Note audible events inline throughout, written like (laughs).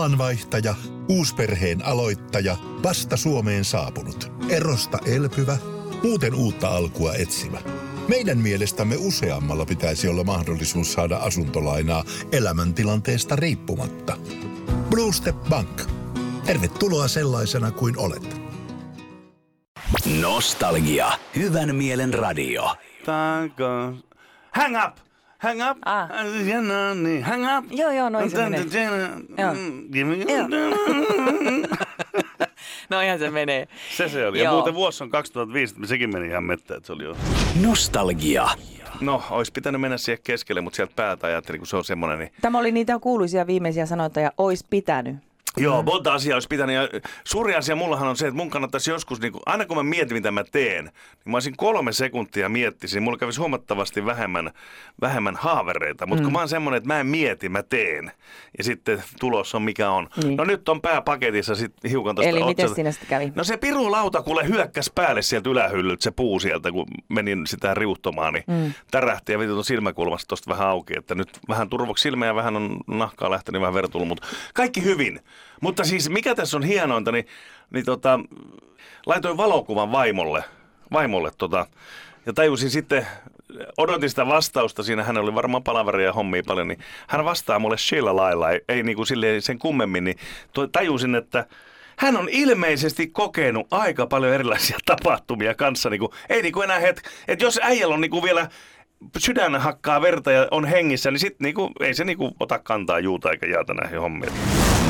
Alanvaihtaja, uusperheen aloittaja, vasta Suomeen saapunut, erosta elpyvä, muuten uutta alkua etsimä. Meidän mielestämme useammalla pitäisi olla mahdollisuus saada asuntolainaa elämäntilanteesta riippumatta. Blue Step Bank. Tervetuloa sellaisena kuin olet. Nostalgia. Hyvän mielen radio. Tango. Hang up! Hang up! Ah. Äh, Ja no niin, hang up! Joo, joo, noin se Tän- (laughs) menee. tän- Joo. mm, give me- Joo. Noihan se menee. (laughs) Se se oli. Ja Joo. muuten vuosi on 2005, niin sekin meni ihan mettä, että se oli jo. Nostalgia. No, olisi pitänyt mennä siihen keskelle, mutta sieltä päältä ajattelin, kun se on semmoinen, niin Tämä oli niitä kuuluisia viimeisiä sanoja, ois pitänyt. Mm. Joo, monta asiaa olisi pitänyt. Ja suuri asia mullahan on se, että mun kannattaisi joskus, niin kun, aina kun mä mietin, mitä mä teen, niin mä olisin kolme sekuntia miettisin. Mulla kävisi huomattavasti vähemmän, vähemmän haavereita. Mutta mm. kun mä oon semmoinen, että mä en mieti, mä teen. Ja sitten tulos on mikä on. Niin. Niin. No nyt on pääpaketissa sitten hiukan tuosta Eli miten otsasta. siinä sitten kävi? No se pirulauta kuule hyökkäs päälle sieltä ylähyllyt, se puu sieltä, kun menin sitä riuhtomaan, niin mm. tärähti ja veti tuon silmäkulmasta tuosta vähän auki, että nyt vähän turvoksi silmä ja vähän on nahkaa lähtenyt, vähän vertulu, mutta kaikki hyvin. Mutta siis mikä tässä on hienointa, niin, niin tota, laitoin valokuvan vaimolle, vaimolle tota, ja tajusin sitten, odotin sitä vastausta, siinä hän oli varmaan palaveria ja hommia paljon, niin hän vastaa mulle sillä lailla, ei, ei niin kuin silleen sen kummemmin, niin to- tajusin, että hän on ilmeisesti kokenut aika paljon erilaisia (laughs) tapahtumia kanssa. Niin kuin, ei niin kuin enää hetki. Että jos äijällä on niin kuin vielä sydän hakkaa verta ja on hengissä, niin sit niin kuin, ei se niin kuin ota kantaa juuta eikä jaata näihin hommiin.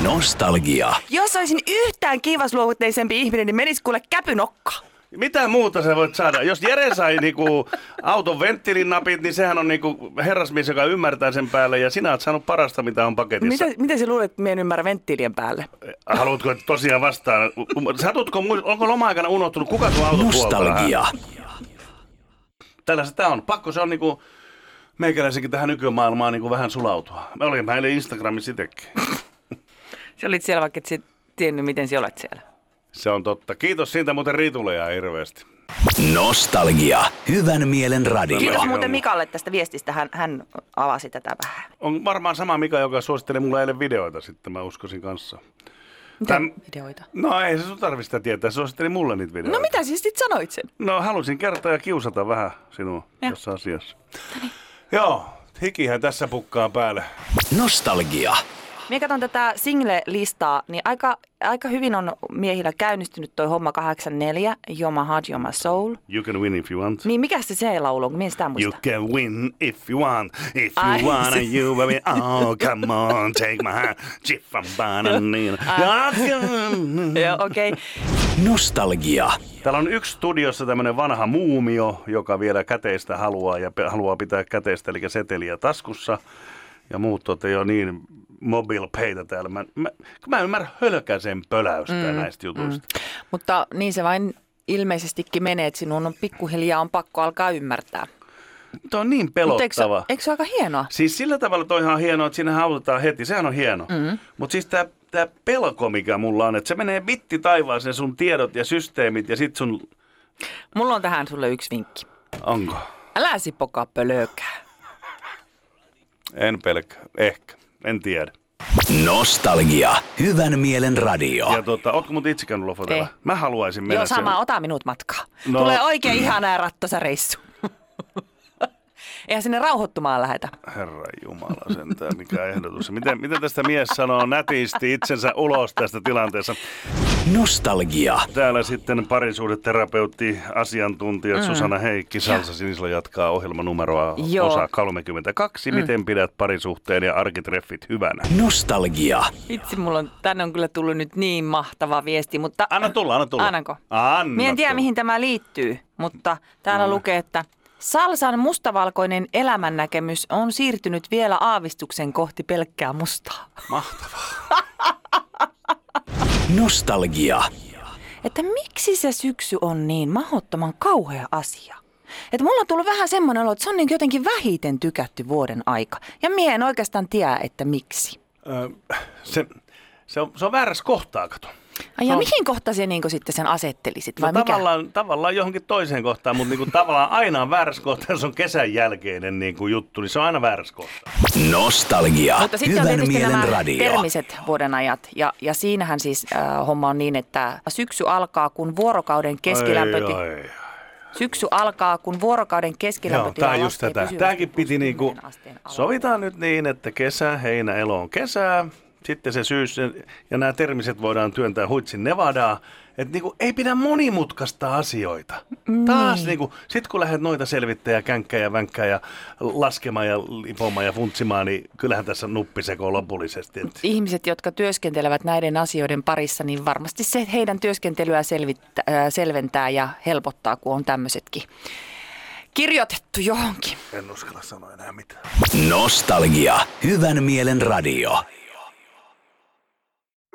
Nostalgia. Jos olisin yhtään kiivasluovutteisempi ihminen, niin menis kuule käpynokka. Mitä muuta sä voit saada? Jos Jere sai niinku auton venttilinapit, niin sehän on niinku herrasmies, joka ymmärtää sen päälle. Ja sinä oot saanut parasta, mitä on paketissa. Mitä, mitä sä luulet, että mä en ymmärrä venttiilien päälle? Haluatko että tosiaan vastaan? Satutko, mu- onko loma-aikana unohtunut, kuka sun auto Nostalgia. tällaista tämä on. Pakko se on niinku meikäläisenkin tähän nykymaailmaan niinku vähän sulautua. Mä olin mä eilen Instagramissa itsekin. Sä olit siellä, vaikka et sä tiennyt, miten sä olet siellä. Se on totta. Kiitos siitä muuten Riitulle ja hirveästi. Nostalgia. Hyvän mielen radio. Kiitos Joo. muuten Mikalle tästä viestistä. Hän, hän avasi tätä vähän. On varmaan sama Mika, joka suositteli mulle eilen videoita sitten, mä uskoisin kanssa. Mitä Täm- videoita? No ei se sun tarvitse sitä tietää, se suositteli mulle niitä videoita. No mitä siis sit sanoit sen? No halusin kertoa ja kiusata vähän sinua Joo. tässä asiassa. Joo, hikihän tässä pukkaa päälle. Nostalgia. Minä katson tätä single-listaa, niin aika, aika hyvin on miehillä käynnistynyt toi homma 84, You're my heart, you're my soul. You can win if you want. Niin mikä se se laulu on, kun minä en sitä You muista. can win if you want, if you Ai, wanna, se- you will be, oh come on, take my hand, chip on banana. Mm. Joo, okei. Okay. Nostalgia. Täällä on yksi studiossa tämmöinen vanha muumio, joka vielä käteistä haluaa ja pe- haluaa pitää käteistä, eli seteliä taskussa. Ja muut olette jo niin mobile paytä täällä. Mä, mä, kun mä en ymmärrä hölkäsen pöläystä mm, näistä jutuista. Mm. Mutta niin se vain ilmeisestikin menee, että sinun on pikkuhiljaa on pakko alkaa ymmärtää. Tuo on niin Mutta eikö, e- se- pelottava. eikö se ole aika hienoa? Siis sillä tavalla toihan on hienoa, että siinä autetaan heti, sehän on hieno. Mm. Mm-hmm. Mutta siis tämä tää pelko, mikä mulla on, että se menee vitti taivaaseen sun tiedot ja systeemit ja sit sun... Mulla on tähän sulle yksi vinkki. Onko? Älä sipokaa pölökää. En pelkää. Ehkä. En tiedä. Nostalgia. Hyvän mielen radio. Ja tota, ootko mut itse käynyt lofotella? Ah. Ei. Mä haluaisin mennä Joo, sama, ota minut matkaa. No. No. Tulee oikein ihana ja rattosa reissu. (laughs) Eihän sinne rauhoittumaan lähetä. sen. Herra Jumala sentään, mikä ehdotus. Miten, miten tästä mies sanoo nätisti itsensä ulos tästä tilanteesta? Nostalgia. Täällä sitten parisuhdeterapeutti, asiantuntija mm. Susanna Heikki Salsa Sinisla jatkaa ohjelmanumeroa Joo. osa 32. Mm. Miten pidät parisuhteen ja arkitreffit hyvänä? Nostalgia. Vitsi, mulla on, tänne on kyllä tullut nyt niin mahtava viesti, mutta... Anna tulla, anna tulla. Annanko? Anna Mie en tiedä, tulla. mihin tämä liittyy, mutta täällä Mm. lukee, että Salsan mustavalkoinen elämännäkemys on siirtynyt vielä aavistuksen kohti pelkkää mustaa. Nostalgia. Että miksi se syksy on niin mahdottoman kauhea asia? Että mulla on tullut vähän semmoinen olo, että se on niin jotenkin vähiten tykätty vuoden aika. Ja mie en oikeastaan tiedä, että miksi. Ö, se, se, on, se on väärässä kohtaa, kato. Ai ja on- mihin kohta se niinku sitten sen asettelisit vai No, mikä? tavallaan, tavallaan johonkin toiseen kohtaan, mutta niinku tavallaan aina on väärässä kohtaa, se on kesän jälkeinen niinku juttu, niin se on aina väärässä kohtaa. Nostalgia. Mutta sitten on Hyvän tietysti mielen nämä radio. termiset vuodenajat. Ja, ja siinähän siis äh, homma on niin, että syksy alkaa, kun vuorokauden keskilämpötila... Ai, ai. Syksy alkaa, kun vuorokauden Joo, keskilämpötila tää on just laskee tätä. pysyvästi Tämäkin piti 60 niinku, asteen alle. sovitaan nyt niin, että kesä, heinä, elo on kesää, sitten se syys ja nämä termiset voidaan työntää huitsin Nevadaa, että niinku, ei pidä monimutkaista asioita. Mm. Taas niinku, sit kun lähdet noita selvittämään ja känkkää ja vänkkää ja laskemaan ja lipomaan ja funtsimaan, niin kyllähän tässä nuppi sekoo lopullisesti. Et Ihmiset, jotka työskentelevät näiden asioiden parissa, niin varmasti se heidän työskentelyä selvittä, äh, selventää ja helpottaa, kun on tämmöisetkin kirjoitettu johonkin. en uskalla sanoa enää mitään. Nostalgia. Hyvän mielen radio.